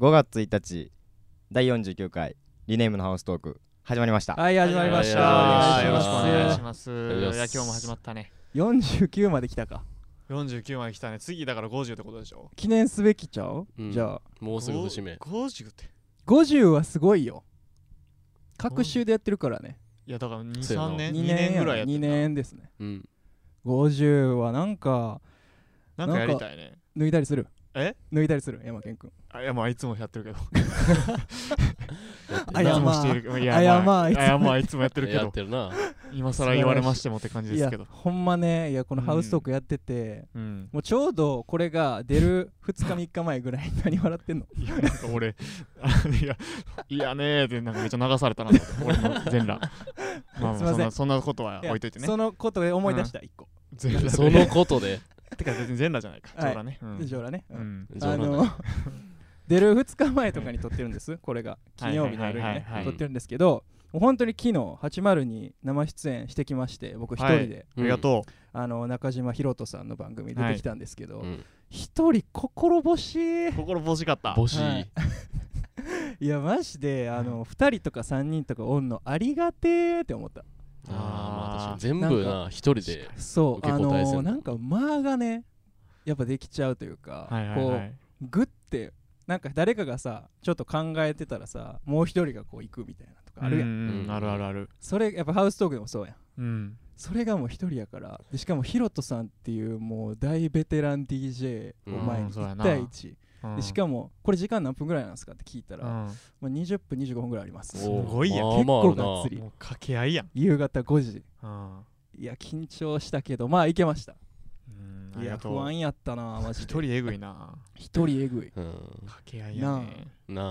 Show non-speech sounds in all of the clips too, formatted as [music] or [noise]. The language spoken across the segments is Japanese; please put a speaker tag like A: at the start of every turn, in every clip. A: 5月1日第49回リネームのハウストーク始まりました、
B: はい、始まりました。
C: はい
B: よろしくお願いし
C: ま
B: ます。
C: りがとうございます
B: いや、今日も始まったね。
D: 49まで来たか
B: 49まで来たね。次だから50ってことでしょ。
D: 記念すべきちゃう、
C: うん
D: じゃあ
C: もうすぐ節目。
B: 50って。
D: 50はすごいよ各週でやってるからね
B: いや、だから2、
C: そうやな
B: 3年、
D: 2
B: 2
D: 年
B: 年ぐらいやって
D: 2
B: んな
D: 年ですね
C: うん。
D: 50はなんか
B: なんかやりたいね。
D: 抜いたりする
B: え
D: 抜いたりする山健くん
B: あいや、まあ、いつもやってるけど。
D: あ
B: い
D: や
B: つも
D: ま
B: してい
D: あ
B: る。い
D: あ
B: や、
D: や
B: ま
D: ま
B: あ、
D: あ
B: い
D: いつも
B: や、まあ、いつもやってるけ
C: やっ
B: ど。
C: てるな。
B: 今更言われましてもって感じですけど。
D: ほんまねいやこのハウストークやってて、
B: うん。
D: もうちょうどこれが出る2日3日前ぐらいに何笑ってんの
B: いや、なんか俺、あいや、いやねーって、なんかめっちゃ流されたな。俺の全裸。
D: [laughs]
B: まあまあ、
D: すいません
B: そんな、そんなことは [laughs] 置いといて
D: や
B: ね。
D: そのことで思い出した1個、
B: 全 [laughs] 裸
C: そのことで。
B: てか、別に全裸じゃないか。
D: はい
B: そうだね。うん
D: 以上だね、うん
B: うん。
D: あ
C: 冗談
D: の [laughs] 出る2日前とかに撮ってるんですこれが
B: はい
D: 金曜日の夜に
B: はいはい
D: ね
B: はいはい
D: 撮ってるんですけどもう本当に昨日802に生出演してきまして僕一人で、
B: ありがと
D: あの中島ひろとさんの番組出てきたんですけど
C: うん。
D: 一、人心星
B: う。心欲しかった。
C: 帽子。
D: はい [laughs] いやマジであの2人とか3人とかおんのありがてーって思った
C: ああ、まあ確かに
B: あ
C: 全部な、一人で。
D: そう
C: 受け
D: あ
C: 答えする
D: のなんか間がねやっぱできちゃうというか、
B: はいはいは
D: こ
B: いう
D: グッてなんか誰かがさちょっと考えてたらさもう一人がこう行くみたいなとかあるやん
B: うん
C: うん
B: あるあるある
D: それやっぱハウストークでもそうやん
B: うん
D: それがもう一人やからでしかもヒロトさんっていうもう大ベテラン DJ を前
B: うん
D: に
B: そうや
D: 1
B: な
D: 対1、
B: うん
D: でしかもこれ時間何分ぐらいなんですかって聞いたら、
B: う
D: ま
B: ん
D: あ、20分25分ぐらいあります
C: おー
B: すごいやん
C: まあ
D: 結
C: まあ
D: 構がっつ
C: ある
D: り
B: もう掛け合いやん
D: 夕方5時
B: うん
D: いや緊張したけどまあいけました
B: うんあ
D: い
B: り
D: や
B: がと
D: 不
B: う
D: 安やったなマ
B: 一
D: ジで
B: 人えぐいな
D: 一人えぐい
C: な。
B: 掛け合いやね
C: うん。な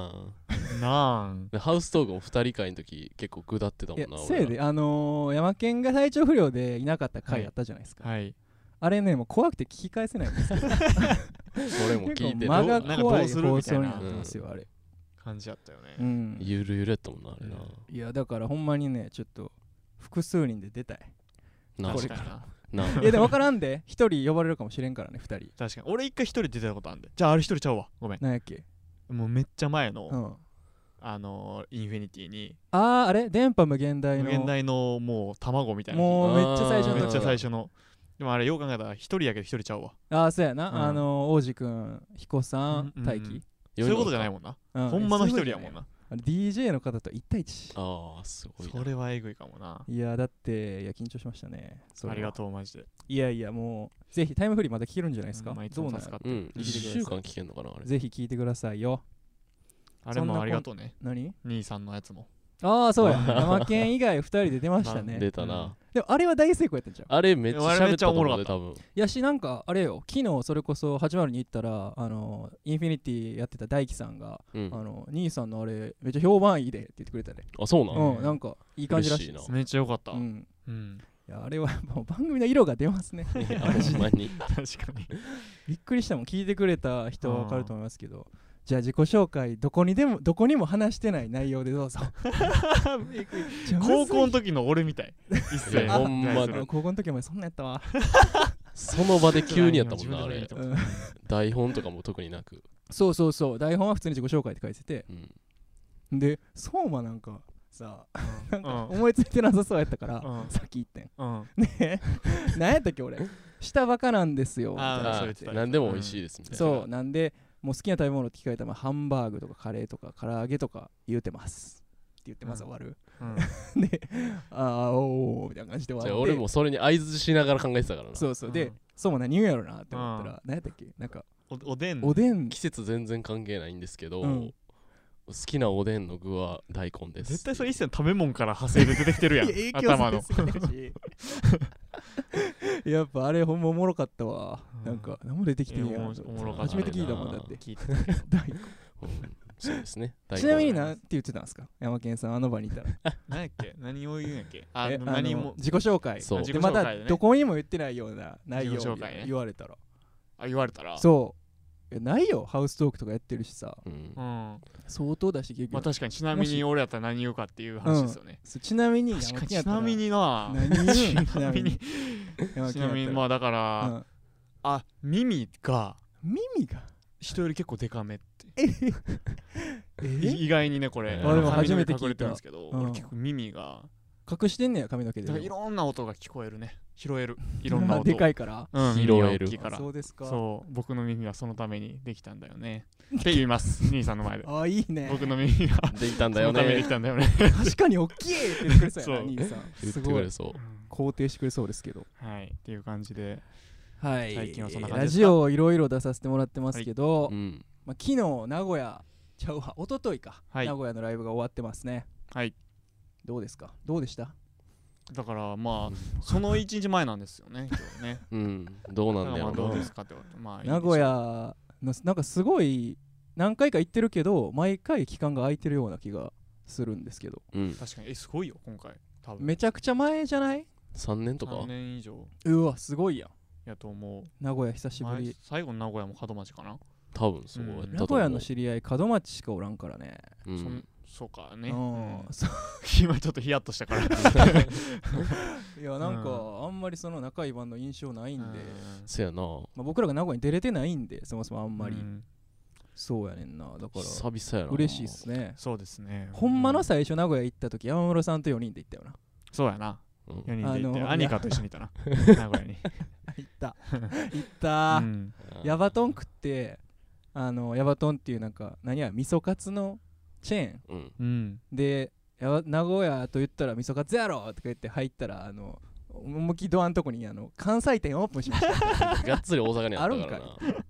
B: なあん
C: あ。ハウストークも二人会の時結構下ってた
D: い
C: も
D: や
C: んな。
D: せいであのー、山県が体調不良でいなかった回あったじゃないですか、
B: はい
D: あれねもう怖くて聞き返せないんですけ
B: [laughs]
D: ど
C: 俺も聞い
D: 結
C: てる
D: 構。間が
B: どうなんかどう
D: 怖い
B: する
D: 放
B: みたい
D: 送
B: な
D: になってますよあれ、
B: 感じやったよね
D: うん、
C: ゆるゆるやったもんな、あれな。
D: いやだからほんまにねちょっと複数人で出
B: [laughs]
D: たい
C: なあ
B: 確かにな
C: なあ
D: いやでも分からんで一人呼ばれるかもしれんからね二人
B: 確かに俺一回一人出たことあんでじゃああれ一人ちゃうわごめん
D: なんやっけ
B: もうめっちゃ前
D: う
B: の
D: んあ
B: あのーインフィニティに
D: あーあれ電波無限大
B: 無
D: の
B: 限大のもう卵みたいな
D: もうめっちゃ最初の
B: め
D: 時
B: っちゃ
C: あー
B: 最初のでもあれよう考えたら一人やけど一人ちゃうわ
D: ああそうやな、
B: うん
D: あの王子くん彦さん
B: うん
D: 大輝、
B: そういうことじゃない
C: もん。
B: もんな
D: うん
B: ほんまの一人やもん
D: な
B: な
D: あの DJ の方と一対一
C: ああ、すごいな。
B: それはえぐいかもない
D: やだっていや緊張しましたねそれは
B: ありがとうマジで
D: いやいやもうぜひタイムフリーまだ聞けるんじゃない
B: で
D: ですか、
B: いつ
D: どう
B: も
D: なん
B: 助かって
C: う
B: る
C: ん。一週間聞けんのかな、あれ。
D: ぜひ聞いてくださいよ
B: あれ
D: そんな
B: も
D: こん
B: ありがとうね
D: 何
B: 兄さんのやつも
D: ああそうや山県以外二人で出ましたね
C: 出たな。
D: でもあれは大成功やったんじゃん
C: あれめっちゃ喋ったと思うで、
B: あ
C: 多分。
D: いやしなんかあれよ昨日それこそ802行ったらあのインフィニティやってた大輝さんが、
C: うん
D: あ。の兄さんのあれめっちゃ評判いいでって言ってくれたね
C: あ、そうな
D: う
C: の
D: ん、なんかいい感じらしい
C: 嬉しい
B: めっちゃ良かった
D: う
B: うん、
D: ん [laughs] いやあれはもう番組の色が出ます
C: [laughs]
D: ね
C: いやほんまに。
B: 確かに
D: びっくりしたもん聞いてくれた人は分かると思いますけどじゃあ自己紹介どこにでもどこにも話してない内容でどうぞちょ
B: 高校
D: む
B: の時の俺みたい一
C: い
B: 世
C: やほんま
D: ずい
C: に
D: あの高校の時お前そんなんやったわ、
C: その場で急にやったも
B: [laughs]
C: んな、あ
B: 自
C: れ。
B: 分で
D: うん
C: 台本とかも特になく。
D: そうそうそう台本は普通に自己紹介って書いてて
C: うん
D: で相馬なんかさ
B: 言ったもん
D: 思いついてなさそうやったから、
B: うんうん
D: さっき言ってん
B: うんうん
D: ねえ何やったっけ俺下バカなんですよみたい
B: あー
D: な
B: そう
C: あ
B: 言ってた
C: 何でも美味しいですみたいな。
D: そうなんでもう好きな食べ物って聞かれたらまあハンバーグとかカレーとか唐揚げとか言うてますって言ってます
B: うん
D: 終わる、
B: うん
D: でああおーみたいな感じで終わっ
C: じゃ
D: て
C: あ俺もそれに相槌しながら考えてたからな。
D: そうそうで、
B: うん
D: そうも何言うんやろなって思ったら、何やったっけなんか
B: おおでん
D: おでん
C: 季節全然関係ないんですけど、
D: うん
C: 好きなおでんの具は大根です。
B: 絶対それ一世の食べ物から派生で出てきてるやん
D: いや
B: 頭
D: [laughs]
B: の
D: 影響されすぎるし [laughs] やっぱあれほんまおもろかったわ、
B: うん
D: なんか何も出てきてん
B: い
D: や
B: やお
D: ん
B: も
D: と
B: おもろかった
D: 初
B: ね
D: めて聞いたもんだって
B: 聞いて
D: 大根
C: うんそうですね。大根
D: ちなみに何て言ってたんですか山健さんあの場にいたら
B: 何やっけ何を言うんやっけあ
D: え
B: の何
D: あの
B: も
D: 自己紹介
C: そう
B: 自己
D: で
B: 紹
D: ま
B: 介
D: だ
B: でね
D: どこにも言ってないような内容
B: 自己
D: を
B: 紹介ね
D: 言われたら
B: あ言われたら
D: そういやないよハウストークとかやってるしさ
C: うん
B: うんま
D: 相当だし結
B: あ
D: 局
B: 確かにちなみに俺やったら何言うかっていう話ですよね
D: そうちなみに
B: 確か
D: 山
B: に
D: 健やっ
B: ち
D: たら
B: なみにな
D: 何言うんち
B: [laughs] ちなみに
D: 山
B: ち
D: 健
B: なみにま
D: あ
B: あだからあ耳が
D: 耳が
B: 人より結構デカめってい意外にねこれ
C: えー
B: あの
C: 俺も
D: 初めて聞いた
B: 髪の毛隠れてるんですけど、
D: うん
B: 俺結構耳が
D: 隠してんねや髪の毛で
B: だからいろんな音が聞こえるね拾えるいろんな
D: まあ
B: 音
D: [laughs] でかいから
B: うん、
C: 拾
B: 耳が
C: える
B: 大きいから
D: あそうですか
B: そう僕の耳はそのためにできたんだよねって言います
D: [laughs]
B: 兄さんの前で
D: あいいね
B: 僕の耳が
C: できたん
B: そ
C: だ
B: [laughs]
C: よ
B: のためにで
C: ね
B: きたんだよね
D: 確かに大きいって言ってくれそうやな
B: そう
D: 兄さん
C: 言っ
D: す
C: てく
D: ご
C: れ
D: い
C: そう
D: 肯定してくれそうですけど
B: はいっていう感じで
D: はい
B: 最近はそんな感じ
D: ラ
B: です
D: ジオをいろいろ出させてもらってますけど、
C: うん
D: まあ、昨日名古屋ちゃうわ一昨日か、
B: はい
D: 名古屋のライブが終わってますね
B: はい
D: どうですかどうでした
B: だからまあその1日前なんですよね今日ね
C: うんどう
B: だから
C: なんだ
B: ま
C: よ
B: あどう
C: な
B: ですかってことまあいいでしょ
D: 名
B: う
D: 古屋のなんかすごい何回か行ってるけど毎回期間が空いてるような気がするんですけど
C: うん
B: 確かにえすごいよ今回多分
D: めちゃくちゃ前じゃない
C: 3年と
B: 3
C: か
B: 年以上
D: うわすごいやん
B: やと思う
D: 名古屋久しぶ
B: 前
D: り
B: 最後の名古屋も門町かな、
C: 多分そうやったと思う
D: 名古屋の知り合い門松しかおらんからね
C: うん
B: そんそうかね、
D: うん
B: うん [laughs]
D: そ
B: 今ちょっとヒヤッ
D: [laughs]
B: としたから
D: ういやなんかあんまりその仲いいバンド印象ないんで、
C: せやな
D: まあ、僕らが名古屋に出れてないんでそもそもあんまり、
B: うん
D: そうやねんなだから
C: 久々やな
D: 嬉しいっすね
B: そうですね
D: ほんまの最初名古屋行った時山室さんと4人で行ったよな
B: そうやな
C: うん
B: 4人で行って
D: あの
B: アニカと一緒にいたな名古屋に
D: [laughs] 行った [laughs] 行った、
B: うん
D: ヤバトン食ってあのヤバトンっていうなんか何や味噌カツのチェーン
C: うん
B: うん
D: でやば名古屋と言ったら味噌カツやろとか言って入ったらあの向きドアのとこにあの関西店オープンしま
B: [laughs]
D: した
C: がっつり大阪にあったからな
D: あ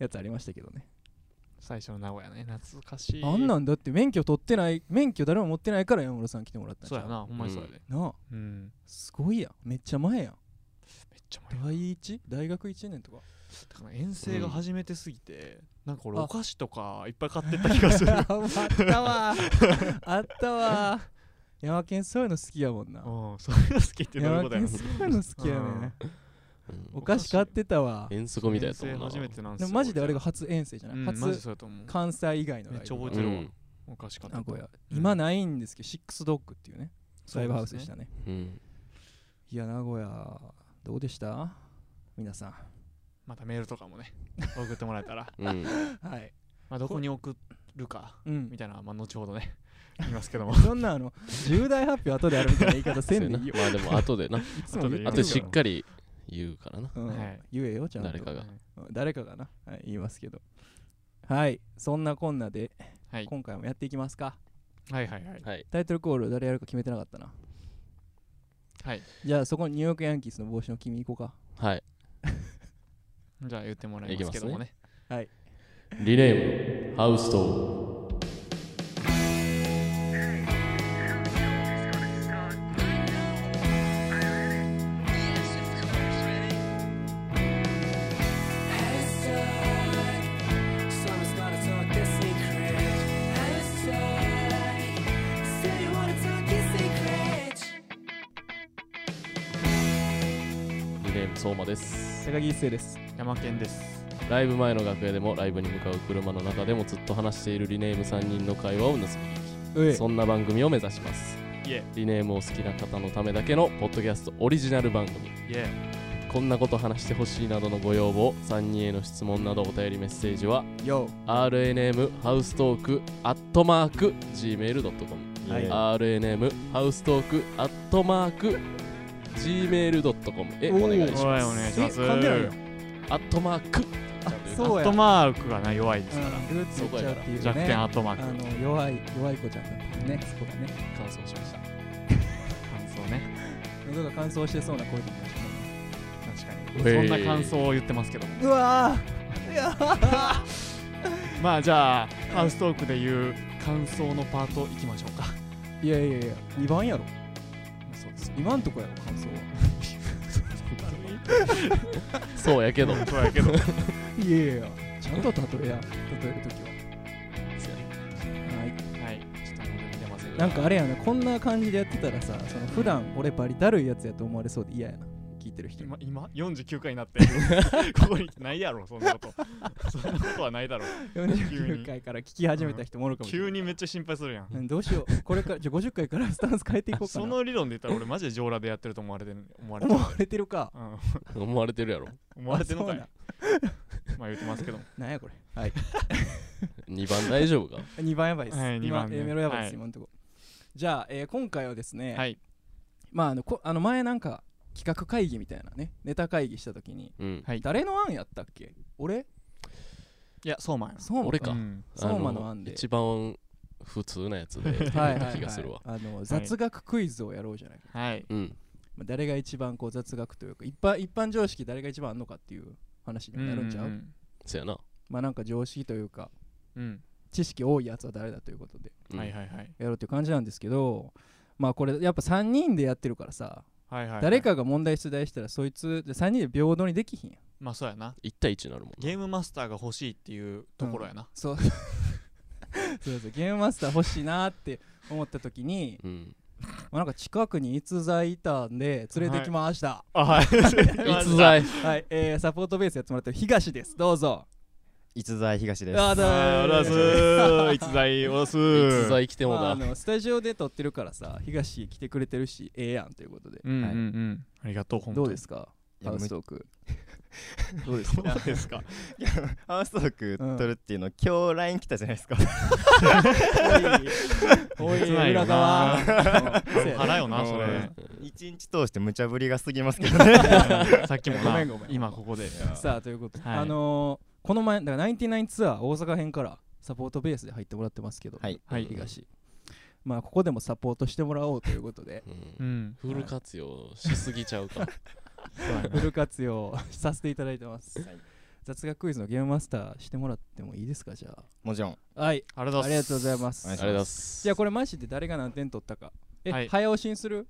D: やつありましたけどね
B: 最初の名古屋ね懐かしい
D: あんなんだって免許取ってない免許誰も持ってないから山室さん来てもらったんち
B: そ
D: ゃ
B: うやなほんまにそうやで
D: なあ
B: うん
D: すごいやんめっちゃ前やん
B: めっちゃ迷っ
D: 第一大学1年と
B: [laughs]
D: か
B: たから遠征が初めてすぎてなんか俺
D: あ
B: お菓子とかいっぱい買ってった気が
D: [laughs]
B: する
D: あったわ [laughs] あったわヤマケンそういうの好きやもんな
B: うんそういうの好きってどういう
D: ヤマ
B: こと
D: ケ
B: やろ
D: ンそういうの好きやね
C: うん
D: お菓子買ってたわ
C: 遠足みたいや
B: 遠
C: っ
B: 征
C: たもんな
B: 初めてなんす
D: で
B: よ
D: もマジであれが初遠征じゃ
B: う
D: ない、
B: んマジ
D: 初
B: そうやと思う
D: 関西以外のライブ
B: めっちゃ覚え
C: う
B: てるわ
C: ん
B: お菓子買って
D: 名
B: た
D: 古屋、
B: うん
D: 今ないんですけどシックスドッグっていうね
B: そうですね
D: ライブハウスでしたね
C: うん
D: いや名古屋どうでした皆さん
B: またメールとかもね [laughs] 送ってもらえたら、
C: うん
D: はい
B: まあ、どこに送るか
D: うん
B: みたいなのはまあ後ほどね [laughs] 言いますけども
D: そんなあの重大発表後であるみたいな言い方せん
C: [laughs]
D: でいいよ
C: まあでも後でな
D: いつも言ってる
C: あ
D: か
C: と
D: ら
C: しっかり言うからな
D: うん
B: はい
D: 言えよちゃんと
C: 誰かが
D: うん誰かがな、はい、言いますけどはいそんなこんなで、
B: はい
D: 今回もやっていきますか
B: はいはいはい
C: はい
D: タイトルコール誰やるか決めてなかったな
B: はい
D: じゃあそこにニューヨークヤンキースの帽子の君行こ
C: はい
B: じゃあ言ってもらいますけどもね
D: うかはい
C: リネームハウスとリネーム相馬です
D: 高木一生です
B: 山県です
C: ライブ前の楽屋でもライブに向かう車の中でもずっと話しているリネーム3人の会話を盗み
D: う
C: 聞
D: え
C: きそんな番組を目指します
B: イエ
C: リネームを好きな方のためだけのポッドキャストオリジナル番組
B: イエ
C: こんなこと話してほしいなどのご要望3人への質問などお便りメッセージは
D: よ
C: RNM ハウストークアットマーク Gmail.com
A: はい
C: RNM ハウストークアットマーク Gmail.com へ
D: おー
C: お願いし
B: ー
C: ます
B: はいお願いします
D: え噛んでないよ
C: アットマーク
D: あ
B: ア
D: そう
B: ッ
D: や
B: トマークがな弱いです
D: う
B: か
D: ん
B: ら、
D: ルーツ言っちゃうっていう
B: 弱点
D: ね
B: アットマー
D: あ
B: ク感
D: の弱い弱い子ちゃんだったねそこがね
C: 感想しました
B: 想ね
D: 喉が乾燥してそうな声で言いましたね
B: 確
C: う
B: かに
C: え
B: そ
C: い
B: んな感想を言ってますけども
D: うわーいやー
B: まあじゃあハウストークで言う感想のパートいきましょうか
D: いやいやいや2番やろ
B: そうです
D: 今んとこやろ感想は
C: そう
D: [laughs]
C: やけど
B: そうやけ
D: [laughs]
B: ど
D: いやいやいやちゃんと例えや例えるときははい
B: はいちょっともう出てませんが
D: なんかあれやなこんな感じでやってたらさその普段俺バリだるいやつやと思われそうで嫌やな聞いてる人に
B: 今今49回になって [laughs] ここにないやろそんなことそんなことはないだろ
D: 49回から聞き始めた人もおるかもしれな
B: 急
D: い
B: にめっちゃ心配するやん
D: うんどうしようこれからじゃあ50回からスタンス変えていこうか
B: そ
D: な
B: の理論で言ったら俺マジで上裸でやってると思われてる思われてる
D: 思われてるか
B: うん
C: 思われてるやろ
B: 思われてんのか
D: あ
B: いまあ言ってますけども
D: なんやこれ
C: 2番大丈夫か
D: 2番やばいです、
B: はい二
D: 今
B: 番ね
D: A メロやばいです、
B: はい
D: 今んとこじゃあ、えー今回はですね、
B: はい
D: まああのこあの前なんか企画会議みたいなねネタ会議した時に [laughs]
C: うん。
B: はい
D: 誰の案やったっけ俺
B: いやそうまやな
D: そう
C: 俺か
B: うん
D: 相馬の案で
C: 一番普通なやつで出てき
D: はいはいは
C: た
D: い
C: 気がするわ。
D: あの雑学クイズをやろうじゃないか、
B: はい
C: うん。
D: まあ、誰が一番こう雑学というか一般一般常識誰が一番あんのかっていう話にもなるんちゃう、
B: うん
C: そやな。
D: まあなんか常識というか
B: うん
D: 知識多いやつは誰だということで
C: うん
B: はいはいはい
D: やろうという感じなんですけどまあこれやっぱ3人でやってるからさ
B: はいはいはい
D: 誰かが問題出題したらそいつ3人で平等にできひんやん
B: まあそうやな
C: 1対1になるもんな。
B: ゲームマスターが欲しいっていうところやな
D: [laughs] そうそうそうゲームマスター欲しいなって思った時に
C: うん。
D: まあなんか近くに逸材いたんで連れてきました
B: あはい
C: 逸材。
D: [laughs] はい、えーサポートベースやってもらってる東ですどうぞ
A: 逸材東です
D: あーどう
B: あらすー逸材おらすー
C: 逸材来ても
D: まああ
C: だ。
D: のスタジオで撮ってるからさ東来てくれてるしええやんということで
B: うんうんう
A: はい
B: んありがとう本当
D: どうですすか
A: い
D: ハ
A: や
D: ウ
A: む
D: ストークどう
C: [laughs]
D: ですか
B: どうですか
A: ハウストーク撮るっていうの、今日 LINE 来たじゃないです
D: [laughs]
A: か
D: おい
B: 切ない
D: 裏
B: よ
D: 側う
B: な [laughs]
D: んそうやね
B: 腹よなそ
A: うん
B: れ
A: 一日通して無茶ぶりが過ぎますけ
D: [laughs]
A: どね
B: さっきも
D: ご
B: な
D: めんごめん
B: 今ここで
D: さあということで、
B: はい
D: あのーこの前だからナインティナインツアー大阪編からサポートベースで入ってもらってますけど、
A: はい
B: はい
D: 東まあここでもサポートしてもらおうということ
C: [laughs]
D: で
C: うん
B: うん
C: フル活用しすぎちゃうか。
B: そうや
D: フ
B: な
D: ル活用させていただいてます、
A: はい
D: 雑学クイズのゲームマスターしてもらってもいいですかじゃ
A: もちろん
D: あはい
B: ありがとう
D: あ
B: ご
D: りがとう
B: ざいます
D: ございます
A: お願いし
C: あれだっす。
D: じゃあこれマジで誰が何点取ったかえ、
B: はい
D: 早押しにする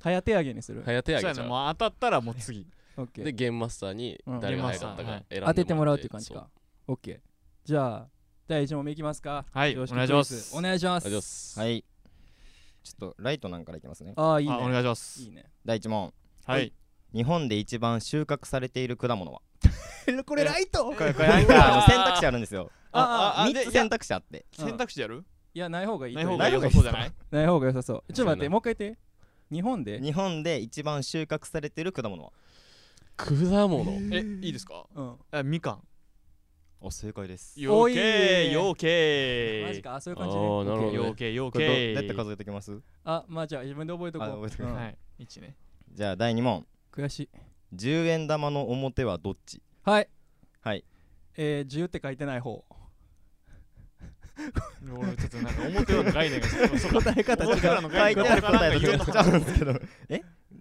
D: 早手上げにする、
C: 早手
B: そ
C: あ
B: う
C: げ
B: や
C: ち
B: な
C: ゃう。
B: もう当たったらもう次
D: オッケ
C: で、
D: ー
C: ゲームマスターに誰が早かった
B: うんゲームマスターは
C: か
B: い
C: 選んで
D: 当ててもらうってい
C: て
D: う感じかオッケーじゃあ第1問目いきますか
B: はい
D: 常識
B: お願いします
D: クイズお願いします
C: そうありがとうございます。
A: はいちょっとライトなんからいきますね
D: ああいいね
B: あお願いします
D: いいね。
A: 第一問
B: はい
A: 日本で一番収穫されている果物は
D: [laughs] これライト
A: [laughs] これこれなんかあ
D: [laughs]
A: の選択肢あるんですよ
D: あ
B: ああ
A: 3
B: で
A: つ選択肢あって
D: うん
B: 選択肢やる
D: いや、ない方がいいと
B: ない
D: 思
B: 方
D: う。
B: が良さそうじゃない
D: ない方が良さそう。ちょっと待っ
C: そう
D: て、
C: やな
D: もう一回言って。日本で
A: 日本で一番収穫されている果物は
C: 果物。
B: えいいですか
D: うん。
B: あみかん
A: お正解です
B: よ
D: お
B: ー
D: い
B: けーよー
D: マジ
B: けー
D: か、あそういう感じ
C: あーなるほど
D: ね。
C: ね
B: よーけーよー
A: これ
B: け
A: どうやって
B: ー
A: 数えてきます
D: あ、まあじゃあ自分で覚えとこ
A: あ覚
D: う
A: えと。
D: う
A: こうん
B: はい一ね
A: じゃあ第二問
D: 悔しい。
A: 10円玉の表はどっち
D: はい。
A: はい。
D: えー、自由って書いてない方。
B: 俺ちょっとなんか表の概念がちょっとそうか
D: 答え方違
B: 思ってた
D: う。
B: の
A: 書
B: 概
A: いて
B: 念
A: ある
B: が
A: 答
B: なんか
A: え
B: いろん
A: と
B: な
A: ちゃうんですけど [laughs] い
B: [laughs]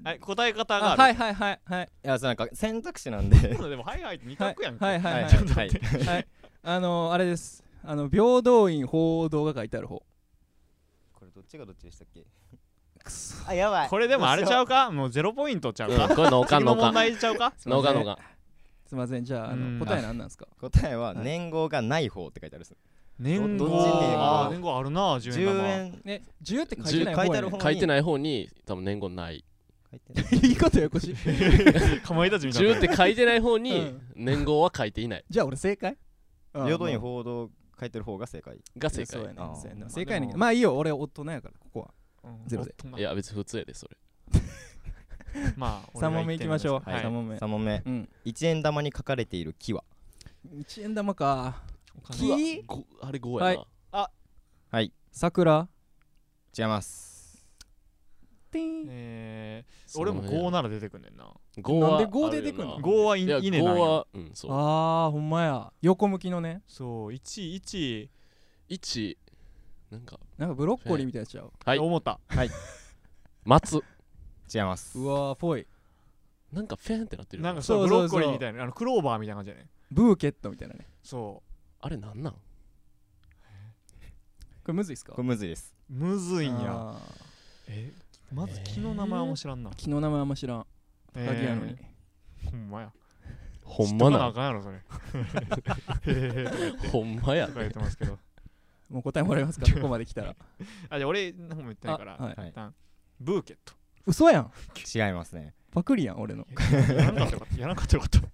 B: はい答え方が
D: あ
B: あ
D: はい
B: る
D: はいはいはい。
A: やそうなんか選択肢なんで
B: でもはいはいって二
D: はい
B: 択やん
D: はい
B: い
D: はいは。
A: はいいはい
D: はい。あのー、あれです。あの、平等院報道が書いてある方。
A: これどっちがどっちでしたっけ
D: くそ。
A: あやば
B: これでもあれちゃうかもうゼロポイントちゃう
C: う
B: か
C: ん、これ農家
B: 次の
C: 農
B: 問
C: 家。
B: 題ちゃうか
C: 農家農家。
D: すいません。じゃあ、あ
B: う
D: の
B: ん
D: 答え何なんですか
A: 答えは
D: はい
A: 年号がない方って書いてあるんです
B: 年
A: ど
B: 号
A: っちに行くの
B: あー年号あるな10
A: 10
B: 円
A: 円
D: ね、自由って書いてない方
A: 自由書いて
D: や
A: ある
D: ね。
A: 方
C: 書いてない方に多分年号ない。
A: 書いてない
D: いいことよこし。
B: 玉かまいたちみたいな
C: 10って書いてない方
D: う
C: に
D: ん
C: 年号は書いていない。
D: じゃあ俺正解
A: 平等院報道書いてる方が正解
C: が正
D: そうや
C: 解。
D: ね
A: あー
D: そうやね正解やねんけど
B: ま
D: まあいいよ俺大人やからここは
B: うん
D: ゼロで
B: おっと
C: いや、別に普通やで、それ。
B: まあ
D: 3問目いきましょう
A: はい
D: 3問目
A: 3問目
D: うん
A: 1円玉に書かれている木は
D: 1円玉か
B: うわ
D: 木
C: ごあれ5やな。
D: 桜
A: 違います
D: ティン
B: えー
C: そ
B: 俺
C: の
B: も
C: 辺
B: 5なら出てくんねんな
C: 五は
D: なんで五出てくんの
C: あるよな
B: 5はい
C: いや、
B: いね
C: 5
B: なんや
C: は、うん、そう。
D: あーほんまや横向きのね
B: そう11
C: 1、なんか、
D: なんかブロッコリーみたいなやつちゃう
C: はい
B: 思った
C: 松。
A: 違います
D: うわーぽい
C: なんか、フェンってなってるよ。
B: なんか
D: そ
B: そうう
D: そう
B: ブ
D: そう
B: ロッコリーみたいなあのクローバーみたいな感じやね
D: ブーケットみたいなね
B: そ
C: あれなんなん
D: これむずいっすか
A: これむずいです
B: うむず
D: あ
B: いんや
D: ー
B: えまず木の名前も知らんな
D: 木の名前あんま知らん
B: え
D: ガキやのに
B: ーほんまや
C: ほん
B: ま
C: ま
B: だあ
C: な
B: かんやろそれへーとか言って
C: ほんまや
B: と。か言ってますけど
D: もう答えもらえますかここまで来たら
B: あじゃあ俺何も言ってないから、
D: あはい
A: はい
B: 一旦ブーケット
D: 嘘やん
A: 違いますね
D: パクリやん俺の
B: やらんかったよかったやらんかったよかったとか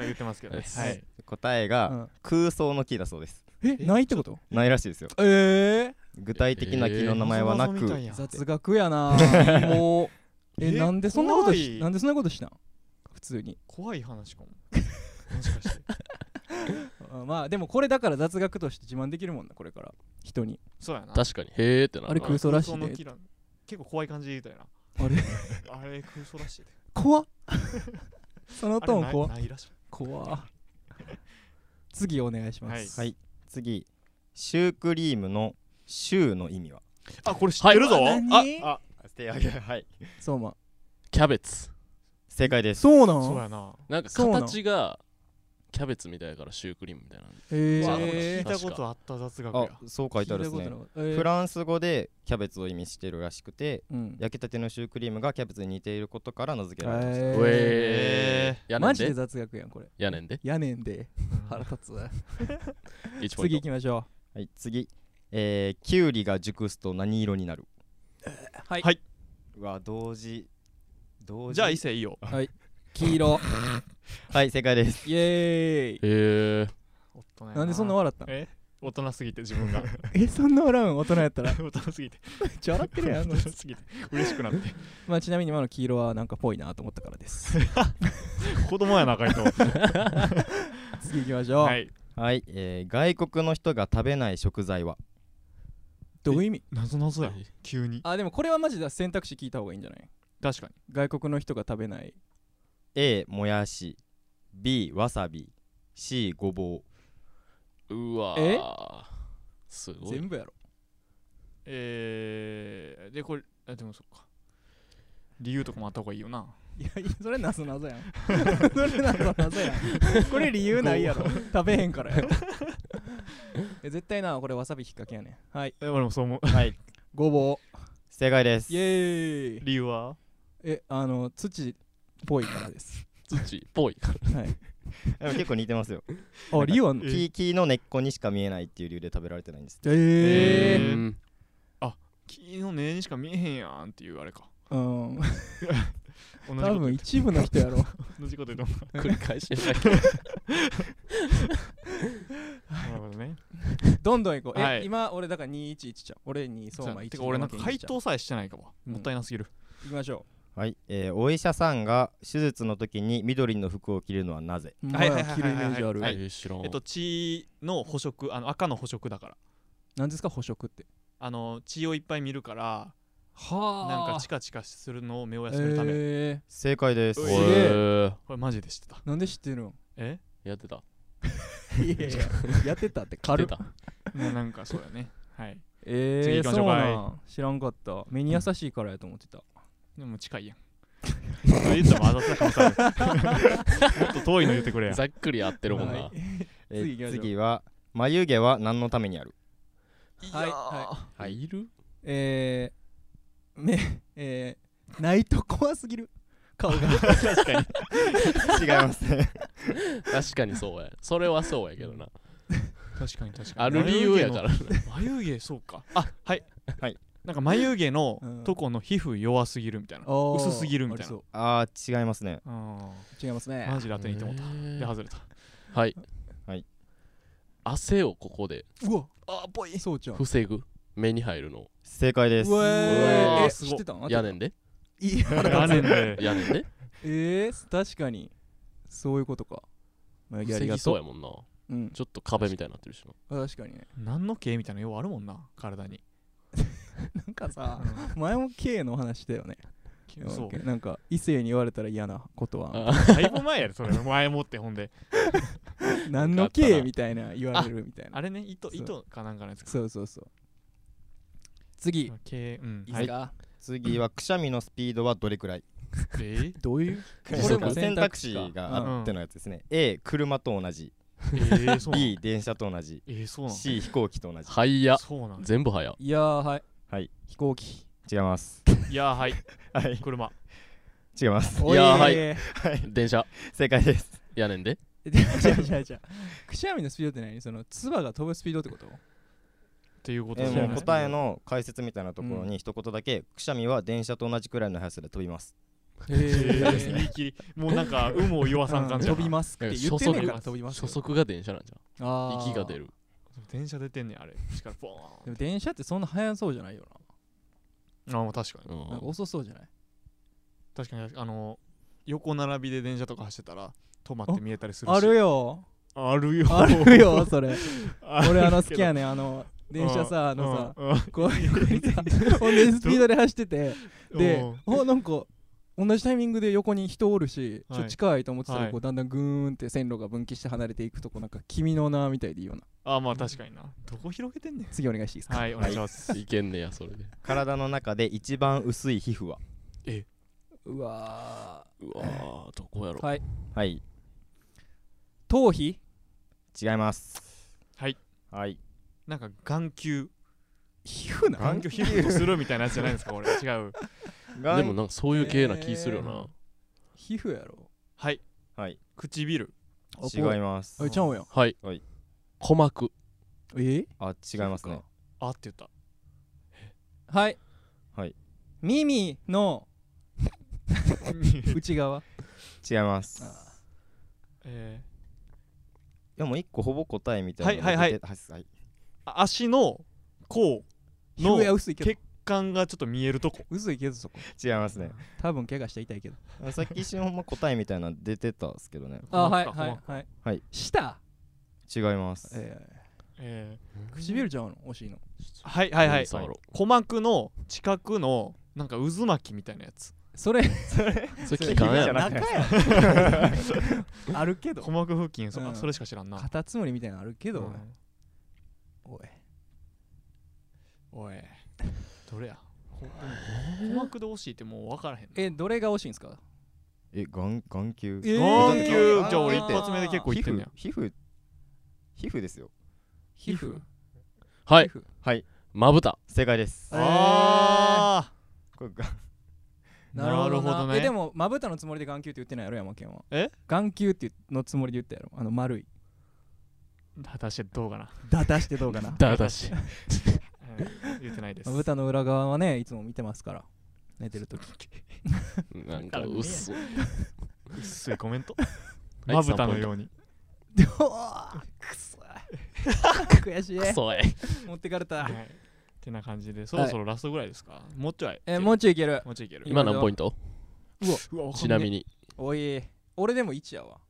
B: 言ってますけどね
C: です
B: はい
A: 答えが空想の木だそうです
D: えないってこと
A: ないらしいですよ
D: え
A: 具体的な木の名前はな
B: 謎々みた
A: く
B: いやん
D: 雑学やなー
C: もう、
D: え
B: え
D: なんでそんなこと
B: 怖
D: し
B: い
D: なんでそんなことしたん普通に
B: 怖い話かももしかして
D: あまあでもこれだから雑学として自慢できるもんなこれから人に
B: そうやな
C: 確かにへーってな
D: あれ
C: るな
D: 空想らしい
B: 空
D: で
B: の木だ結構怖い感じだよな
D: あれ
B: あれ空想らしいで
D: [laughs]
B: [laughs]
D: 怖っその
B: あれ
D: トー
B: な
D: ン
B: い
D: 怖っ
B: ないらしい
D: 怖っ次お願いします、
B: はい
A: はい次シュークリームの「シュー」の意味は
B: あこれ知ってるぞ、
D: はい
B: あ
D: 何
B: あ
A: 手上げはい
D: そうま
C: キャベツ
A: 正解です
D: そうな
B: そう
D: の
B: やな
C: なんか
D: そうなの
C: 形がキャベツみたいやからシュークリームみたいな
D: え
C: う
B: あ
C: わ
B: 聞
D: え
B: い
D: ー
B: たことあった雑学
A: あ
B: や
A: そう書いてあるです
D: 聞
A: ね
D: たことなかったえー
A: フランス語でキャベツを意味してるらしくて
D: うん
A: 焼きたてのシュークリームがキャベツに似ていることから名付けられた、
D: え
C: ウ
D: ー
C: ェーやね
D: マ
C: ん
D: ジで
C: で
D: 雑学やんこれ
C: やねんで
D: やねんで
B: うん
D: 腹立つ [laughs]
C: 1ポイ
D: 次
C: ン
D: 行
C: ト
D: きましょ
A: はい次えー、キュウリが熟すと何色になる
D: うはいは
B: はいい、
A: うわ同時同時
B: じゃあ伊勢いいよ
D: 黄色
A: はい正解です
D: イエーイ
C: へー
B: おっとね
D: なんでそんな笑ったん
B: え大人すぎて自分が
D: [laughs] えそんな笑うん大人やったら
B: 大人すぎて
D: めっちゃ笑ってるやんあの
B: 大人すぎて嬉しくなって
D: まあちなみに今の黄色はなんかぽいなと思ったからです
B: 子供やなあかんと思って
D: [laughs] 次行きましょう、
B: はい
A: はい、えー、外国の人が食べない食材は
D: どういう意味
B: 謎謎や急に
D: あでもこれはマジで選択肢聞いた方がいいんじゃない
B: 確かに
D: 外国の人が食べない
A: A もやし B わさび C ごぼう
C: うわーすごい
D: 全部やろ
B: えー、でこれあでもそっか理由とかもあった方がいいよない
D: やいやそれ謎謎やん [laughs] それ謎謎やん [laughs] これ理由ないやろ食べへんからやろ [laughs] え絶対なこれわさび引っ掛けやねんはい
B: え俺もそう [laughs] 思う
A: はい
D: ごぼ
A: 正解です
D: うイエーイ
B: 理由は
D: えあの土っぽいから [laughs] です
C: 土っぽい
D: はい
A: でも結構似てますよ
D: あ理由あんの
B: え
A: 木木の根っこにしか見えないっていう理由で食べられてないんです
D: え
B: え
D: ー、
B: ー
C: うん
B: 木の根にしか見えへんやんっていうあれか
D: うん
B: 同じこ
D: 多
B: と
D: 分一部の人やろ
B: 同じこと言っても
C: 繰り返しやな
B: [laughs] なるほどね
D: どんどん行こうえ、
B: はい
D: 今俺だから211ちゃう俺にそうま
B: じゃあ
D: 1
B: てか俺なんか回答さえしてないかも
D: うん
B: もったいなすぎる
D: 行きましょ
A: はい、えー、お医者さんが手術の時に緑の服を着るのはなぜ
D: う
B: はいはい
D: まあ
B: はい
D: 切るイメージある、
B: はい
C: えー知らん
B: えっと血の捕食あの赤の捕食だから
D: 何ですか捕食って
B: あの血をいっぱい見るから
D: は
B: なんかチカチカするのを目を休めるため、
D: え
A: 正解です
B: う
C: お
B: い
C: い
B: すげ
C: えー
B: これマジで知ってた
D: ー、なんで知ってるの
B: え
C: やってた
D: いやいややってたって
C: やっ
D: 軽
C: て
D: った
B: ななんかそうやねはい
D: え
B: 次行
D: ー、
B: きま
D: そ
B: しょ
D: う
B: うか
D: なん知らんかった目に優しいからやと思ってた、
B: でも近 [laughs] いやんそれ言ったらまざさかも [laughs] もっと遠いの言ってくれや
C: ざっくり合ってるもん
D: は
C: ない
A: えー
D: 次行きましょう
A: 次は眉毛は何のためにある
D: はいは
A: はい
C: いる
D: えー、めえー、ないと怖すぎる顔
B: [laughs]
D: が
B: 確かに
A: 違いますね [laughs]
C: 確かにそうやそれはそうやけどな
B: 確かに確かに
C: ある理由やから
B: 眉毛の眉毛そうかあはい
A: はい
B: なんか眉毛の
D: うん
B: とこの皮膚弱すぎるみたいな
D: おー
B: 薄すぎるみたい
D: あ
B: な
D: り
A: あー違いますね
B: うん
D: そう違いますね
B: マジで当てにいって思った
C: へ
B: で
C: ー
B: 外れた
C: はい
A: はい
C: 汗をここで
D: うわ
B: あっぽい
D: そうちゃん
C: 防ぐ目に入るの
A: 正解です
D: うわ
C: うわ
D: ー
C: ー
D: え
B: す
D: 知
B: ご
D: っ
B: って
D: たん
C: やねんで
D: いい
B: あれね
C: やねんで
D: えー、確かにそういうことかまあやり
C: 防
D: が
C: ぎそう
D: と
C: やもんな
D: ううん
C: ちょっと壁みたいになってるしな
D: 確かにね [laughs]
B: 何の毛みたいなようあるもんな体に
D: なんかさ前も K の話だよね
B: うんそう
D: なんか異性に言われたら嫌なことは
C: あ
B: だいぶ前やでそれ前もってほんで
D: 何の
C: なんかあった
D: K
C: な
D: みたいな言われるみたいな
B: あれね糸
D: そう
B: 糸かなんかのやつか
D: そうそうそう次
B: 毛うん
D: いい
B: は
D: で
B: い
D: すか
A: 次はくしゃみのスピードはどれくらい
B: えー
D: どういう
C: 時
A: これ
C: 速
A: も選択肢
D: 選択肢か
A: があってのやつですね A 車と同じ
B: えーそうなの
A: B 電車と同じ
B: えーそうな
A: C 飛行機と同じ
C: はいや
B: のそうなの
C: 全部はや
D: いやーはい
A: はい
D: 飛行機
A: 違います
B: いやーはい
A: はい
B: 車
A: 違います
C: いやーはい
D: い
C: 電車
A: 正解です
C: やねんで
D: じゃじゃじゃくしゃみのスピードって何その唾が飛ぶスピードってこと
B: っていうこと
A: え
B: じゃ
A: ー
B: な
A: も
B: いう
A: 答えの解説みたいなところに一言だけ、くしゃみは電車と同じくらいの速さで飛びます
B: え
D: [laughs]
B: ー言い切りもうなんか有無を言わさん感じや
D: 飛
B: な
D: びますって言ってねえから飛びます
C: 初速が電車なんじゃ
D: あ
C: ん
D: ー
C: 息が出る
B: 電車出てんねんあれ力ボ
D: でも電車ってそんな速そうじゃないよ
B: ーンああ確かに
C: うん
D: ななんか遅そうじゃない
B: 確かにあの横並びで電車とか走ってたら止まって見えたりするし
D: あるよ
B: あるよ
D: ある
B: [laughs]
D: よそれ
B: ある
D: 俺あの好きや
B: ね
D: ねんあの電車さあのさ
B: の
D: こういうさほんでスピードで走っててであなんか同じタイミングで横に人おるし、
B: は
D: ちょ
B: い
D: っと近いと思ってたら、
B: はい
D: こうだんだんグーンって線路が分岐して離れていくとこなんか君の名みたいでいいような
B: あまあ確かになどこ広げてんねん
D: 次お願いしていいですか、
B: はいお願いします
C: いけんねやそれで
A: 体の中で一番薄い皮膚は
D: うわ
C: うわーどこやろ
D: ーはい
A: はい
D: 頭皮
A: 違います
B: はい
A: はい
B: なんか眼球
D: 皮膚な
B: 眼球皮膚とするみたいなやつじゃないんですか俺違う
C: で
A: で
C: もなんかそういう系な気するよな
D: 皮膚やろ
B: はい
A: はい
B: 唇
D: あ
A: 違います
D: あちゃうんや
C: はい
A: はい
C: 鼓膜
D: え
A: あ違いますね
B: あって言った
D: はい
A: はい
D: 耳の内側
A: 違います
B: え
A: いやもう一個ほぼ答えみたいなのが
B: はいはい
A: 出てはいはい
B: ーあ足の甲
D: 皮膚や薄いけど
B: 血管がちょっと見えるとこ
D: 薄いけどそこ
A: 違いますね
D: 多分怪我して痛いけど
A: あさっき一瞬ほんま答えみたいなの出てたんですけどね
D: あはい
B: 鼓膜か
D: はい
B: 鼓
D: はい
A: はい
D: 舌、
A: 違います
D: え
B: え
D: ー、唇ちゃうの惜しいの
B: ーはいはいはい
C: 触ろ
B: 鼓膜の近くのなんか渦巻きみたいなやつ
D: それ
C: うそれ聞かんやろ
A: なくて
D: や [laughs] あるけど
B: 鼓膜付近そ,、
D: うん
B: それしか知らんな
D: カタツムリみたいなのあるけど、
B: うん
D: おい
B: おいどれやほでも鼓膜で惜しいってもう分からへん
D: えどれが惜しいんですか
A: え眼眼球
D: えー
B: 眼球、
A: あー
B: じゃあ俺一発目で結構いってんねや
A: 皮膚皮膚皮膚ですよ
D: 皮膚
C: はい
D: 膚
A: はい
C: まぶた
A: 正解です
D: えー
B: あ
A: これが
D: なるほどな
B: なるほどね
D: えでもまぶたのつもりで眼球って言ってないやろ山県は
B: え
D: 眼球ってのつもりで言ったやろあの丸い
B: あ果たしてどうかな、
D: だ出してどうかな
C: だだし
B: うん言ってないです
D: まぶたの裏側はねいつも見てますから寝てるとき
C: なんか薄い
B: 薄いコメント
C: はい
B: まぶたのように
D: くそ [laughs] 悔し
C: ク
D: い
C: ソえ
D: 持ってかれ
B: は
D: た
B: いってな感じでそろそろラストぐらいですかもうちょい
D: えーもうちょいいける
B: もうちょいいける
C: 今何ポイント
B: うわわかんね
C: ちなみに
D: おい俺でも1やわ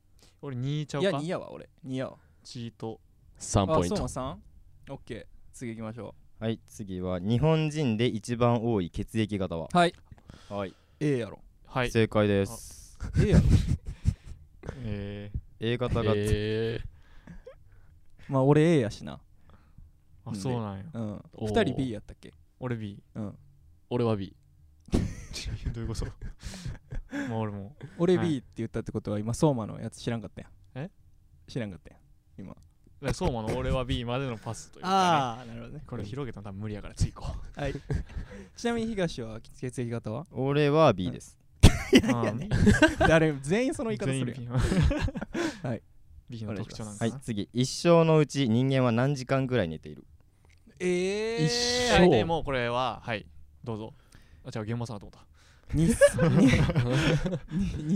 B: 俺2ちゃう
D: いや
B: か
D: 2やわ俺2やわ
B: チート
C: 3ポイン
D: あ
C: ト
D: そうなん 3? オッケー次行きましょ
A: はい次は日本人で一番多い血液型は
D: うはい
A: はい
D: A やろ
B: はい
A: 正解です
D: A やろ [laughs]
B: え
A: A 型が
C: え
D: まあ俺 A やしな
B: ー、あそうなんや
D: うん
C: おー
D: 2人 B やったっけ
B: 俺 B
D: うん
C: 俺は B
B: どういうことまあ俺も
D: 俺
B: はい
D: B って言ったってことは今相馬のやつ知らんかったやん
B: え
D: 知らんかったやん
B: だからそうまの俺は B までのパスというか、ね、
D: あなるほどね
B: これ広げたら多分無理やから次行こう
D: はいちなみに東は血液
A: [laughs]
D: 型は
A: 俺は B です
D: い
B: やいやね
D: 誰全員その言い方するやん
B: 全員 B
D: はい
B: B の特徴なんか
A: は
B: ない
A: 次一生のうち人間は何時間ぐらい寝ている
D: えー
C: 一緒
B: はいでもこれははいどうぞあ違う現場さんだと思っ
D: にに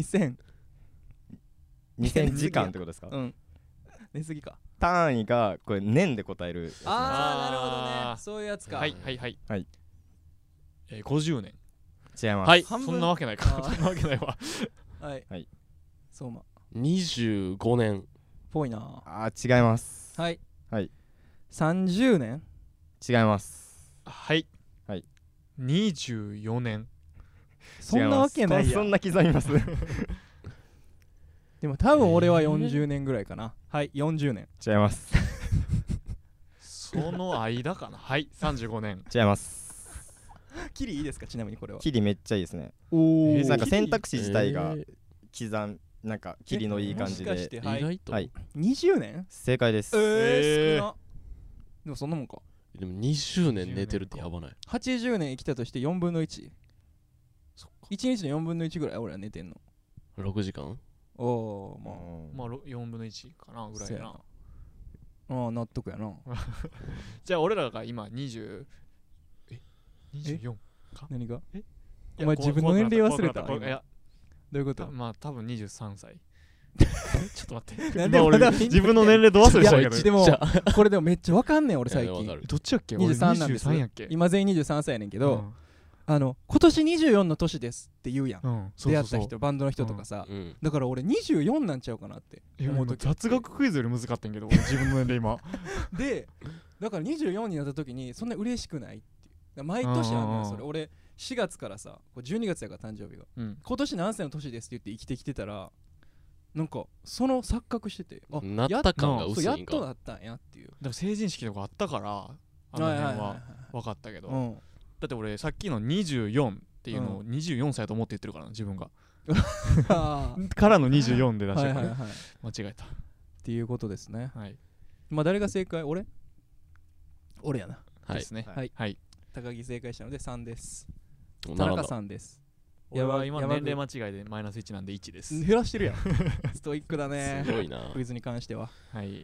D: 2000
A: 2000時間ってことですか
D: うん寝すぎか
A: 単位がこれ年で答えるやつなんで
D: あーなるほど
B: あ
D: ね
B: ー
D: そういうやつ
B: た
D: か
B: はいはいはい
A: はい
B: えー、50年
A: す違います
C: はい
D: 半分
B: そんなわけない
D: あ
B: か
D: ー
B: そんなわけないわ
D: はい
A: はい
D: 相馬
C: 25年
D: ぽいな
A: あー違います
D: はい
A: はい
D: 30年
A: 違います
B: はい
A: はい
B: 24年
D: そんなわけな
A: 違ま
D: い
A: す
D: や
A: そ
D: ん
A: んな刻みます [laughs] 違い
D: でも多分俺は
C: えー
D: 40年ぐらいかなはい40年
A: ます
B: その間かなはい35年
A: 違います
D: キリいいですかちなみにこれは
A: キリめっちゃいいですね
D: お
B: ー
A: なんか選択肢自体が
C: え
A: 刻んなんかキリのいい感じ
D: もしかし
A: で
D: て、
C: ー
D: はい、
C: 意外と、
A: はい
D: 20年
A: 正解です
B: えー
D: 少なでもそんなもんか
C: でも20年寝てるってやばない
D: 80年生きたとして4分の11日の4分の1ぐらい俺は寝てんの
C: 6時間
D: おおま
A: うん
B: まあろ4分の1かなぐらい
D: そ
B: や
D: や
B: な
D: なあああ納得やな
B: じゃあ俺らが今20え24
D: 何が
B: え
D: お前自分の年齢忘れた
B: いや怖くなった怖くなった怖くいや
D: どういうこ
B: た
D: と
B: まあ多分23歳
D: [laughs]
B: ちょっと待っ
D: な
B: て
D: んで
B: 今俺
D: まだ
B: 自分の年齢ど忘れした
D: い
B: け
D: や
B: ど
D: でも
C: じゃ
D: これでもめっちゃわかんねん俺最
C: いやわか
D: 近
C: る
B: どっちやっけ
D: 23なんです
B: 俺23やっけ
D: 今全員23歳やねんけ
B: け
D: ど、あの今年24の年ですって言うやん
B: うん、そう
D: 出会っ
B: そう
D: た
B: そう
D: 人バンドの人とかさ、
C: うん
D: だから俺24なんちゃうかなって
B: いや
D: 思う
B: 今
D: 時
B: 雑学クイズより難かったんやけど俺自分の年齢
D: [laughs]
B: 今
D: でだから24になった時にそんな嬉しくないっていうだから毎年あんの
B: うんうんう
D: よ
B: ん
D: それ俺4月からさこう12月やから誕生日が
B: うん
D: 今年何歳の年ですって言って生きてきてたらなんかその錯覚しててあ
C: なった感が薄いん
D: や
C: か
D: っとなったんやっていう
B: でも成人式とかあったからあの
D: はいは
B: 辺
D: いはい
B: は分かったけど、
D: はいうん
B: だって俺さっきの24っていうのを24歳と思って言ってるからな自分が
D: あ
B: [laughs] からの24で
D: ー
B: 出し
D: はい
B: てる
D: は
B: か
D: い
B: ら、
D: は
B: ね
D: いっ
B: 間違え
D: ていうことですね
B: たはい、
D: まあ誰が正解俺俺やな
C: は
B: で
C: い
B: すね
D: はい
B: はい、
D: 高木正解したので3です
C: お
D: 田
C: なら
D: 中
C: だ
D: さんです
B: 俺は今
D: やば
B: 年齢間違いでマイナス1なんで1です、
D: 減らしてる
B: [laughs]
D: やんストイックだね
C: すごいな
D: クイズに関しては
B: はい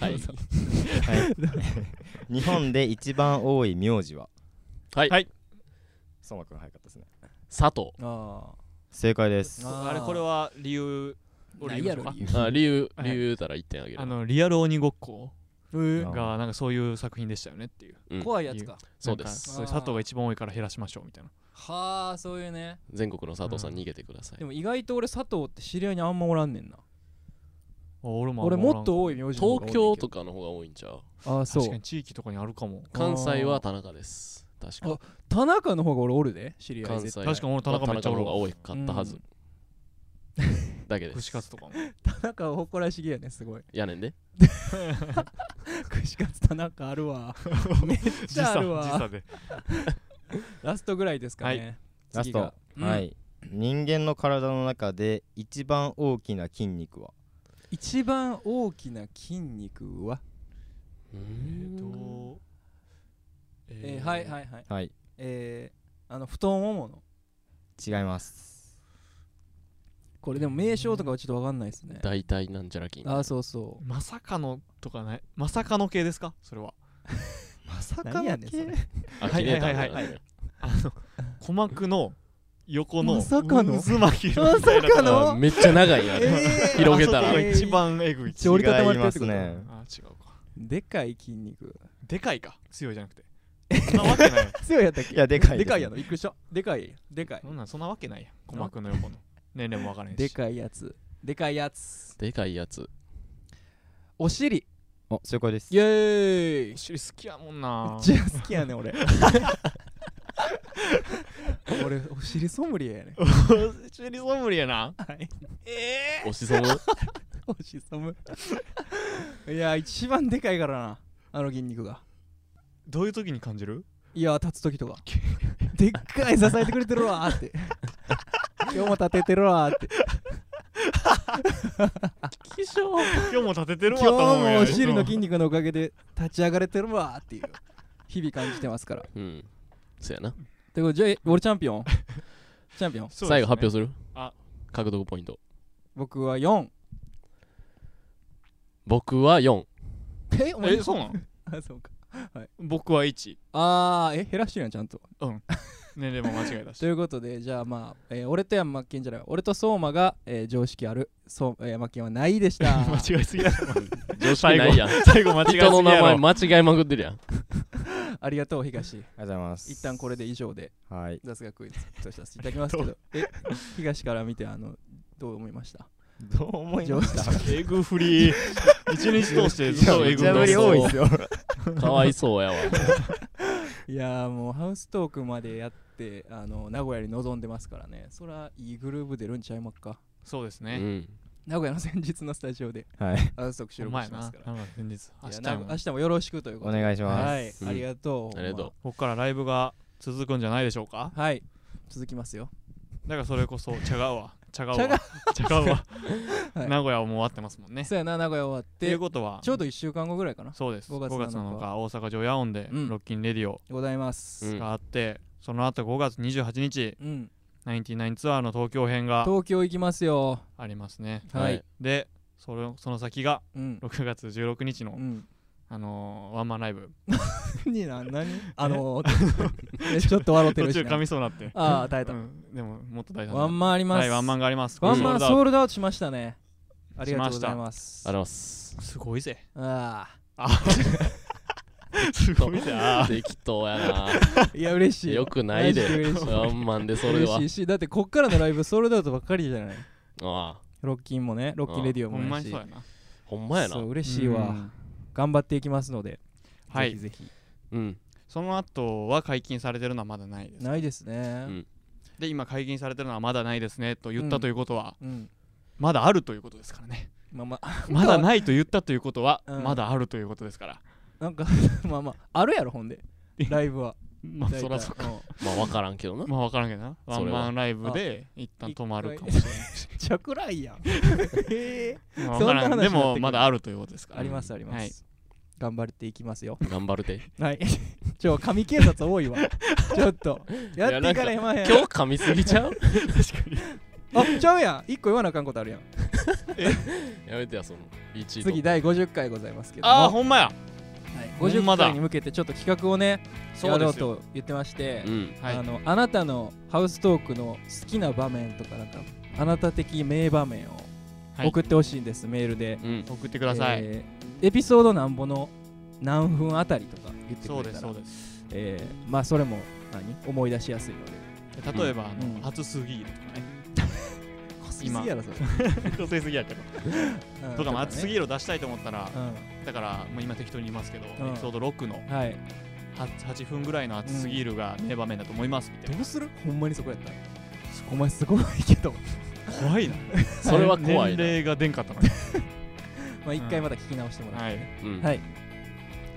C: はい
A: 日本で一番多い名字は
C: はい、
B: はい
A: 相馬くん早かったですね
C: 佐藤
D: あ
A: 正解です
D: あ
B: あれこれは理由俺言いましょうか
D: 何や
C: あ理由
B: はい
C: 理由言うたら1点あげる
B: あのリアル鬼ごっこ
D: ろ理由
A: あ
B: がなんかそういう作品でしたよねっていう
C: うん
D: 怖いやつか
C: そうです
B: なんか佐藤が一番多いから減らしましょうみたいな
D: はあそういうね
C: 全国の佐藤さん逃げてください
D: でも意外と俺佐藤って知り合いにあんまおらんねんな
B: 俺もあん
D: 俺
B: ま
D: もっと多い名字の方が多いねん
C: 東
D: けど
C: 京とかの方が多いんちゃう
D: ああそ
B: 確
D: う
B: かに地域とかにあるかも
C: 関西は田中です確か
D: 田中の方が俺おるで知り合い
C: 関
D: 絶
C: 西
D: 対
C: は
B: 確かに俺田中
C: まあ
B: めっちゃおる
C: 田中の方が多かったはず
D: うん
B: [laughs]
C: だけで
B: 串
C: す
B: カツとかも
D: 田中は誇らしげやねすごい [laughs]
C: やねんで
D: 串カツ田中あるわ
B: [laughs]
D: めっちゃある
B: 時
D: わ
B: [laughs] 差で
D: ラストぐらいですかね
A: ラス
D: 次
A: ト
D: が、
A: は
D: うん
A: い人間の体の中で一番大きな筋肉は
D: 一番大きな筋肉は
C: え
B: えーと
D: え
B: え
D: ーはいはいはい
A: はい
D: えーあの太ももの
A: 違います
D: これでも名称とかはちょっとわかんないですね
C: 大体なんちゃら筋
D: ああそうそう
B: まさかのとかないまさかの系ですかそれは
A: まさ
D: 何やねんそ [laughs] れ
C: あ
B: はいはいはいはい
C: キネーターみたいな
B: あの鼓膜の横の
D: まさかの
B: 渦巻きの
D: まさか
C: あ
D: の
C: めっちゃ長いなあれ
D: え
C: 広げたら
B: あそこが一番エグい
D: ちょ折りたたまれ
A: 違い
D: てる
A: ま
D: って
A: すね
D: こと
B: あ違うか
D: ーでかい筋肉
B: でかいか強いじゃなくてそんなわけない
D: 強いやったっけ
A: いやでかい
D: でかい
A: す
D: やろびっくりしたでかいでかい
B: [laughs] そんなんそんなわけないやん鼓膜の横の年齢もわからへんし
D: でかいやつでかいやつ
C: でかいやつ
D: お尻
A: お正解です
D: イエーイ
B: お尻好きやもんな
D: めっちゃ好きやねん俺 [laughs] 俺お尻ソムリエやねん
B: お尻ソムリエな
D: はい
C: おしそむ
D: お尻ソムいや一番でかいからなあの筋肉が
B: どういう時に感じる
D: いや立つ時とかでっかい支えてくれてるわーって今日も立ててるわーって
B: 今日も立ててる
D: 今
B: わ
D: 日
B: と思うやん
D: もお尻の筋肉のおかげで立ち上がれてるわーっていう日々感じてますから
C: うんそやな
D: てことでじゃあ俺チャンピオンチャンピオン
B: そうですね
C: 最後発表する
B: あ
C: 獲得ポイント
D: 僕は4
C: 僕は4
D: えお
B: えそうなん
D: あそうか
B: 僕は1
D: あーえ減らしてるやんちゃんと
B: 年齢も間違いだし
D: ということでじゃあまあ、えー俺とヤンマッケンじゃない俺と相馬が、えー常識あるそう、えー、マッケンはないでした
B: 間違いすぎだろ
C: 女子ないやん
B: 最後間違いすぎや
C: 人
B: ろ
C: の名前間違いまくってるやん
D: ありがと
A: [laughs]
D: う
A: あ
D: 東
A: りがとうございます
D: 一旦これで以上で
A: はい
D: 雑学クイズとさせていただきますけどえ東から見てあのどう思いました
A: どう思い
D: 上
A: ま
D: 司
A: した
B: えぐふり一日通してずっとえぐ
A: めちゃぶ
B: ふ
A: り
B: り
A: 多いですよ
C: かわいそ
B: [laughs]
C: うやわ
D: [laughs] いやーもうハウストークまでやってあの名古屋に臨んでますからねそらいいグループ出るんちゃいまっか
B: そうです
C: う
B: ね、
C: ん
D: 名古屋の先日のスタジオで
A: はい
D: ハウストーク収
B: お
D: 録
B: 前
D: してま
B: な
D: すから
B: なんか先日明
D: いや
B: 日
D: な
B: や
D: ん
B: も
D: か明
B: ん
D: 日もよろしくというこ
A: お
D: とで
A: 願いします、
D: はい、
C: うん
D: ありがとう
C: ありがとう
B: こっからライブが続くんじゃないでしょうか
D: うはい続きますよ
B: だからそれこそ違うわ違うわ
D: ちゃが
B: 違うわ、
D: [laughs] はい
B: 名古屋はもう終わってますもんねっ
D: そうやな名古屋終わって
B: ていうことは
D: ちょうど1週間後ぐらいかな
B: そうです
D: 5
B: 5
D: 月
B: 月
D: 7
B: 7
D: 日
B: 日大阪城野音で
D: うん
B: ロッキンレディオ
D: ございます、
C: うん
B: があって、その後5月28日
D: うん
B: 99ツアーの東京編が
D: 東京行きますよ
B: ありますね
D: はい、
B: でそれその先が
D: うん
B: 6月16日の、
D: うん、
B: あのーワンマンライブ
D: 何何何あのー、 [laughs] ちょっと笑って
B: 途
D: るし
B: 中
D: な
B: 噛みそうになって
D: ああ耐えた、
B: うんでももっと大事
D: ワンマンあります、
B: はいワンマンがあります
D: ワンマン
B: こ
D: ソールドアウトしましたねありがとうご
B: しまし
D: ざ
B: た
D: います
C: あります
B: れすごいぜ
D: ああ
B: あ [laughs] すごいな。
C: 適当や
B: [laughs]
C: ない
D: や嬉しい
C: よくないで
D: マジ嬉しい
C: ワンマンでそれ
D: 嬉
C: は
D: しいしだってこっからのライブソールドアウトばっかりじゃない
C: ああ
D: ロッキンもねロッキンレディオ
B: ほ
D: も
B: んま
D: や
B: に
D: し
B: そうやな。
C: ほんまやな
D: そう
C: う
D: 嬉しいわ、
B: うん。
D: 頑張っていきますので、
B: はい
D: ぜひぜ
C: ん
B: その後は解禁されてるのはまだないで
D: ひ
B: す。
D: ないですね
C: うん
B: で、今解禁されてるのはまだないですねと言っ
D: う
B: た
D: ん
B: ということは、
D: うん、
B: まだあるということですか
D: [laughs]
B: らね。
D: まあまあ
B: まだないと言ったということは、
D: うん
B: まだあるということですから。
D: なんか [laughs] まあまああるやろほんでライブは
B: まあ、そらそ
D: 大体うん
C: まあ分からんけどな
B: まあ分からんけどな。ワ
C: そ
B: ン
C: れは
B: マンライブで一旦止まるかもしれないし。
D: めっちゃ暗いやんへえ
B: まあ
D: そ
B: 分
D: んな話
B: から
D: になっ
B: ん
D: て
B: で
D: くる
B: もまだあるということですから。
D: ありますあります、
B: はい
D: 頑張っていきますよ
C: 頑張るて
D: はいちょ神警察多いわちょっとやっていかれまへん
C: 今日噛みすぎちゃう
D: [laughs]
C: [laughs]
D: あちゃうやん一個言わなあかんことあるやん
C: やめてやその1位
D: 次第50回ございますけども
B: ああ、ほんまや。
D: はい
B: ほんま
D: 50
B: だ
D: 回に向けてちょっと企画をね
B: そ
D: や
B: う
D: ろう
B: ですよ。
D: と言ってまして、
C: うん
B: はい
D: あ。のあなたのハウストークの好きな場面とかなんかあなた的名場面
B: はい
D: を送ってほしいんです、メールで、
C: うん
B: 送ってください。
D: えーエピソードなんぼの何分あたりとか言ってく
B: そう
D: れ
B: で
D: たら
B: す、そうです。
D: えーまあそれも何思い出しやすいので
B: 例えば、あ
D: うん
B: の初すぎるとか [laughs] ね。
D: 今
B: 今
D: やろそれ、
B: 女性すぎやけど。
D: うん
B: とか、まあ
D: ね
B: 初すぎるを出したいと思ったら
D: う、ん
B: だから、まあ今適当に言いますけど、エ
D: ん
B: ピソード6の
D: はい
B: 8 8分ぐらいの初すぎるが名場面だと思いますみたいな。
D: どうするほんまにそこやったらお前すごいけど [laughs]
B: 怖いな。
C: それは怖い
B: 年
C: な
B: 齢が出んかったのに。
D: まあ一回また聞き直してもらって、
B: はい。
C: うん
D: はい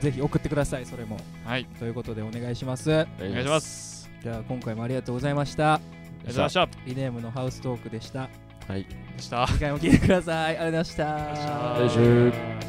D: ぜひ送ってくださいそれも
B: はい。
D: ということでお願いします
C: お
B: お願いします。
D: じゃあ今回もありがとうございました
B: ありがとうございました。
D: リネームのハウストークでした
C: はい
B: でした。。
D: 次回も聞いてくださいありがとうございました
C: お願いします